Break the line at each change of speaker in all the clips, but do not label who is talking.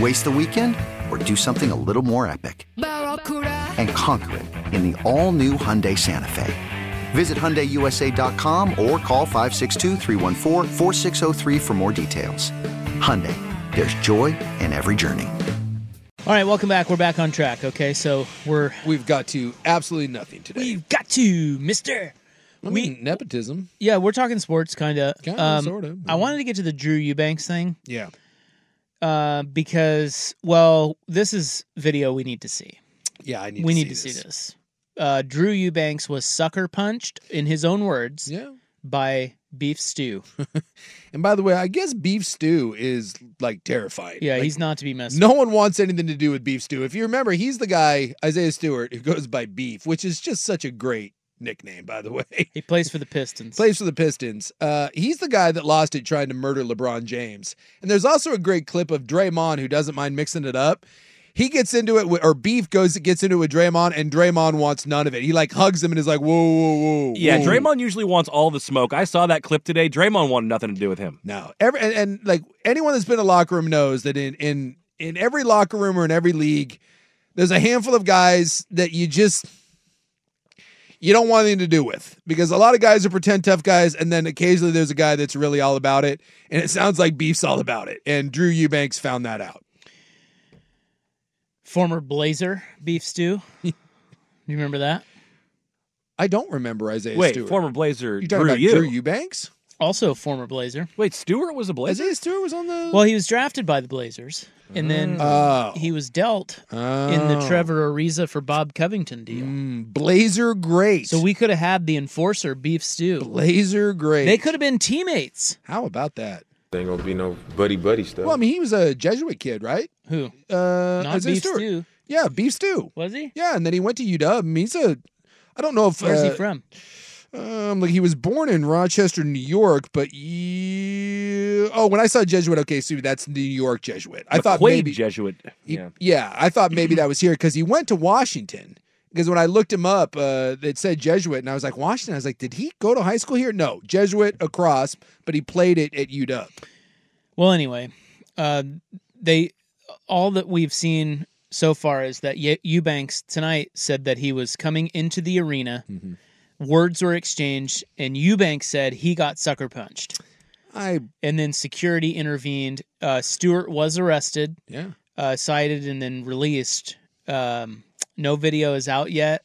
Waste the weekend or do something a little more epic
Barracuda.
and conquer it in the all new Hyundai Santa Fe? Visit HyundaiUSA.com or call 562-314-4603 for more details. Hyundai, there's joy in every journey.
All right, welcome back. We're back on track. Okay, so we're
We've got to absolutely nothing today.
we've got to Mister.
I mean, nepotism.
Yeah, we're talking sports, kind of.
Kinda, sorta.
I wanted to get to the Drew Eubanks thing
Yeah.
uh, because, well, this is video we need to see.
Yeah, I need
we
to
need
see
to see this. Uh, Drew Eubanks was sucker punched, in his own words,
Yeah.
by Beef Stew.
And by the way, I guess beef stew is like terrifying.
Yeah,
Like,
he's not to be messed.
no one wants anything to do with beef stew. If you remember, he's the guy, Isaiah Stewart, who goes by beef, which is just such a great nickname, by the way.
he plays for the Pistons.
Plays for the Pistons. Uh, he's the guy that lost it trying to murder LeBron James. And there's also a great clip of Draymond who doesn't mind mixing it up. He gets into it, with, or Beef goes gets into it with Draymond, and Draymond wants none of it. He like hugs him and is like, "Whoa, whoa, whoa!"
Yeah,
whoa.
Draymond usually wants all the smoke. I saw that clip today. Draymond wanted nothing to do with him.
No, every and, and like anyone that's been in a locker room knows that in in in every locker room or in every league, there's a handful of guys that you just you don't want anything to do with because a lot of guys are pretend tough guys, and then occasionally there's a guy that's really all about it, and it sounds like Beef's all about it, and Drew Eubanks found that out.
Former Blazer Beef Stew. you remember that?
I don't remember Isaiah
Wait,
Stewart.
former Blazer
you talking
Drew
about
you.
Drew Eubanks?
Also, former Blazer.
Wait, Stewart was a Blazer?
Isaiah Stewart was on the
Well, he was drafted by the Blazers, and then
Oh.
he was dealt
oh.
in the Trevor Ariza for Bob Covington deal.
Mm, Blazer Great.
So we could have had the enforcer Beef Stew.
Blazer Great.
They could have been teammates.
How about that?
Ain't gonna be no buddy buddy stuff.
Well, I mean, he was a Jesuit kid, right?
Who?
Uh,
Not
Isaiah
Beef
Stewart.
Stew.
Yeah, beef stew.
Was he?
Yeah, and then he went to UW. I mean, he's a. I don't know if
Where's
uh,
he from?
Um, like he was born in Rochester, New York, but you. Oh, when I saw Jesuit, okay, so that's New York Jesuit. I thought
McQuaid
maybe.
Jesuit.
he-
Yeah.
I thought maybe that was here because he went to Washington. Because when I looked him up, uh, it said Jesuit, and I was like, Washington. I was like, did he go to high school here? No, Jesuit across, but he played it at UW.
Well, anyway, uh, they all that we've seen so far is that Ye- Eubanks tonight said that he was coming into the arena.
Mm-hmm.
Words were exchanged, and Eubanks said he got sucker punched.
I
And then security intervened. Uh, Stewart was arrested.
yeah.
uh, cited and then released. Um, no video is out yet.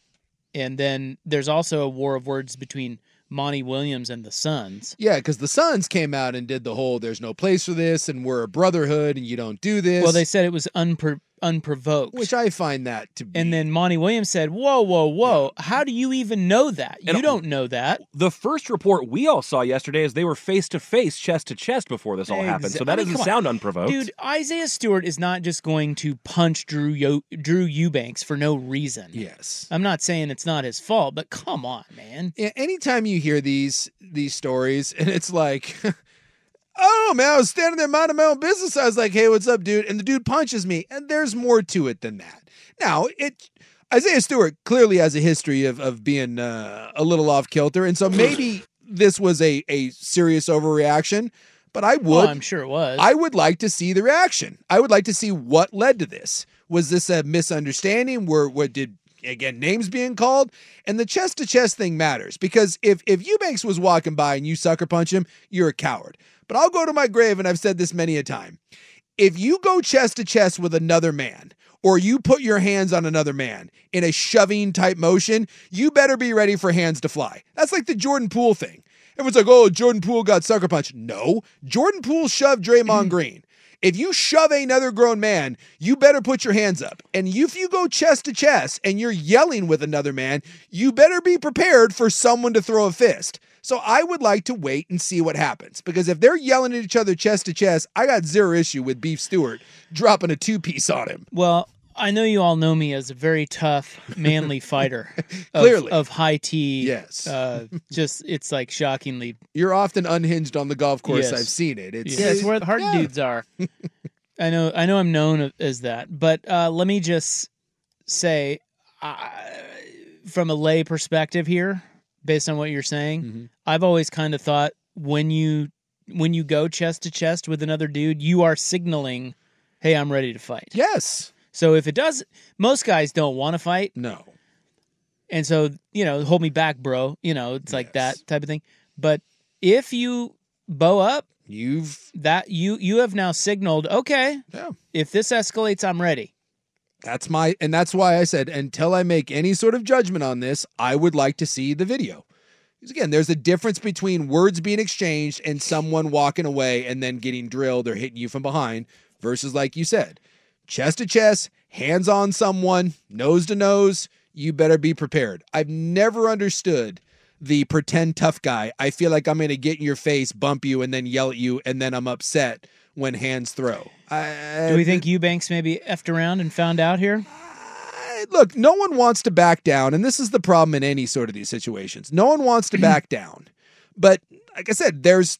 And then there's also a war of words between Monty Williams and the Suns.
Yeah, because the Suns came out and did the whole "there's no place for this" and we're a brotherhood and you don't do this.
Well, they said it was unpro- unprovoked.
which I find that to be
and then Monty Williams said, "Whoa, whoa, whoa! How do you even know that?
And-
you don't know that."
The first report we all saw yesterday is they were face to face, chest to chest before this all happened. So
Exa-
that
I mean,
doesn't
come on.
sound unprovoked.
Dude, Isaiah Stewart is not just going to punch Drew Yo- Drew Eubanks for no reason.
yes.
I'm not saying it's not his fault, but come on, man.
Yeah, anytime you hear these these stories and it's like, oh man, I was standing there minding my own business. I was like, hey, what's up, dude? And the dude punches me, and there's more to it than that. Now it. Isaiah Stewart clearly has a history of of being uh, a little off kilter, and so maybe this was a a serious overreaction. but I
Well,
would
Oh, I'm sure it was.
I would like to see the reaction. I would like to see what led to this. Was this a misunderstanding? Were what did again names being called? And the chest to chest thing matters because if if Eubanks was walking by and you sucker punch him, you're a coward. But I'll go to my grave and I've said this many a time. If you go chest to chest with another man or you put your hands on another man in a shoving type motion, you better be ready for hands to fly. That's like the Jordan Poole thing. Everyone's like, oh, Jordan Poole got sucker punched. No, Jordan Poole shoved Draymond Green. If you shove another grown man, you better put your hands up. And if you go chest to chest and you're yelling with another man, you better be prepared for someone to throw a fist. So I would like to wait and see what happens because if they're yelling at each other chest to chest, I got zero issue with Beef Stewart dropping a two piece on him.
Well, I know you all know me as a very tough, manly fighter. of,
Clearly.
Of high tea.
Yes.
Uh, just, it's like shockingly.
You're often unhinged on the golf course.
Yes.
I've seen it. It's
Yeah, it's where the hard
yeah.
dudes are. I know, I know I'm known as that. But uh, let me just say, uh, from a lay perspective here, based on what you're saying,
Mhm.
I've always kind of thought when you when you go chest to chest with another dude, you are signaling, "Hey, I'm ready to fight."
Yes.
So if it does, most guys don't want to fight,
No.
and so you know, hold me back, bro. You know, it's like
Yes.
that type of thing. But if you bow up,
You've
that you you have now signaled, okay,
yeah.
if this escalates, I'm ready.
That's my and that's why I said until I make any sort of judgment on this, I would like to see the video. Because again, there's a difference between words being exchanged and someone walking away and then getting drilled or hitting you from behind versus like you said, chest to chest, hands on someone, nose to nose, you better be prepared. I've never understood the pretend tough guy. I feel like I'm going to get in your face, bump you and then yell at you and then I'm upset when hands throw. I,
Do we think Eubanks maybe effed around and found out here?
I- look, no one wants to back down, and this is the problem in any sort of these situations. No one wants to back down. But like I said, there's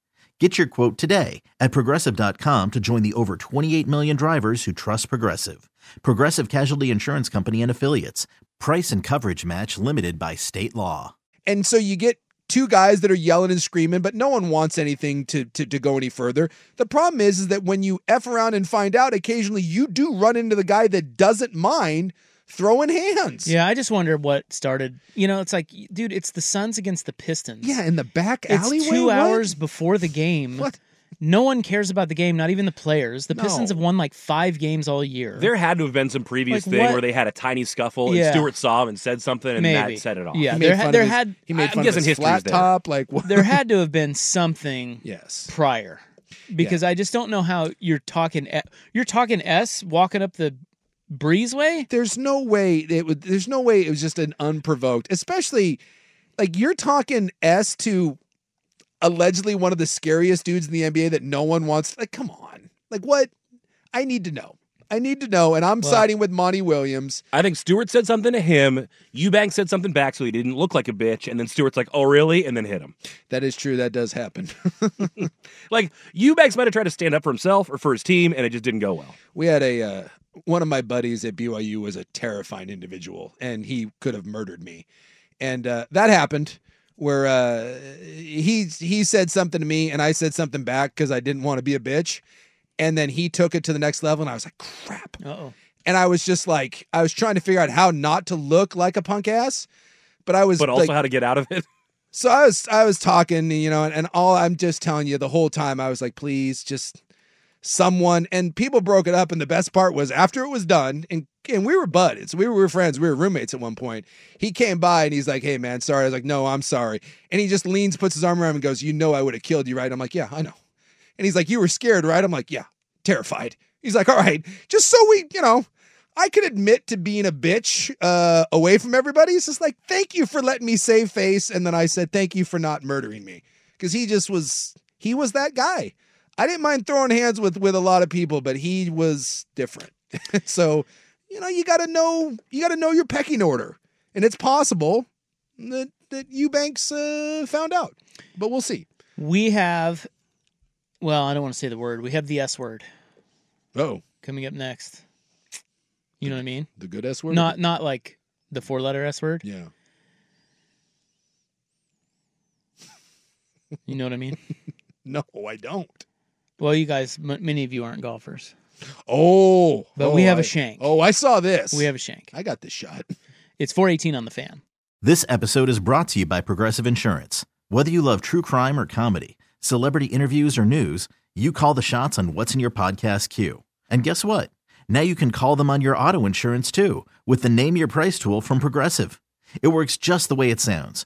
Get your quote today at progressive.com to join the over 28 million drivers who trust Progressive. Progressive Casualty Insurance Company and Affiliates. Price and coverage match limited by state law.
And so you get two guys that are yelling and screaming, but no one wants anything to, to, to go any further. The problem is, is that when you F around and find out, occasionally you do run into the guy that doesn't mind throwing hands.
Yeah, I just wonder what started. You know, it's like, dude, it's the Suns against the Pistons.
Yeah, in the back
it's
alleyway.
two
what?
hours before the game.
What?
No one cares about the game, not even the players. The Pistons
No.
have won like five games all year.
There had to have been some previous
Like,
thing
what-
where they had a tiny scuffle
Yeah.
and Stewart saw him and said something and
Maybe.
that set it off.
Yeah.
He
there
made
ha-
fun
there
of his-
had-
he made
I'm
fun of
guessing
his
history's
flat
there.
top. Like what?
there had to have been something
Yes.
prior because I just don't know how you're talking. e- You're talking S walking up the breezeway.
There's no way it would there's no way it was just an unprovoked, especially like you're talking S to allegedly one of the scariest dudes in the NBA that no one wants. Like, come on. Like what? I need to know. I need to know, and I'm
Well-
siding with Monty Williams.
I think Stewart said something to him. Eubank said something back so he didn't look like a bitch. And then Stewart's like, oh, really? And then hit him.
That is true. That does happen.
Like, Eubanks might have tried to stand up for himself or for his team, and it just didn't go well.
we had a uh, one of my buddies at BYU was a terrifying individual, and he could have murdered me. And uh, that happened where uh, he he said something to me, and I said something back because I didn't want to be a bitch. And then he took it to the next level, and I was like, "Crap!"
Oh,
And I was just like, I was trying to figure out how not to look like a punk ass, but I was
But also
like,
how to get out of it.
so I was I was talking, you know, and, and all I'm just telling you the whole time I was like, please, just someone. And people broke it up, and the best part was after it was done, and and we were buddies, we were friends, we were roommates at one point. He came by and he's like, hey man, sorry. I was like, no, I'm sorry. And he just leans, puts his arm around, him and goes, you know, I would have killed you, right? I'm like, yeah, I know. And he's like, you were scared, right? I'm like, yeah, terrified. He's like, all right, just so we, you know. I could admit to being a bitch uh, away from everybody. It's just like, thank you for letting me save face. And then I said, thank you for not murdering me. Because he just was, he was that guy. I didn't mind throwing hands with with a lot of people, but he was different. so, you know, you got to know you got to know your pecking order, and it's possible that that Eubanks uh, found out, but we'll see.
We have, well, I don't want to say the word. We have the S word
Oh,
coming up next. You know what I mean?
the good S word.
Not not like the four letter S word.
yeah.
You know what I mean?
No, I don't.
Well, you guys, m- many of you aren't golfers.
Oh,
But
oh,
we have
I-
a shank.
Oh, I saw this.
We have a shank.
I got this shot.
It's 418 on the fan.
This episode is brought to you by Progressive Insurance. Whether you love true crime or comedy, celebrity interviews or news, you call the shots on what's in your podcast queue. And guess what? Now you can call them on your auto insurance too with the Name Your Price tool from Progressive. It works just the way it sounds.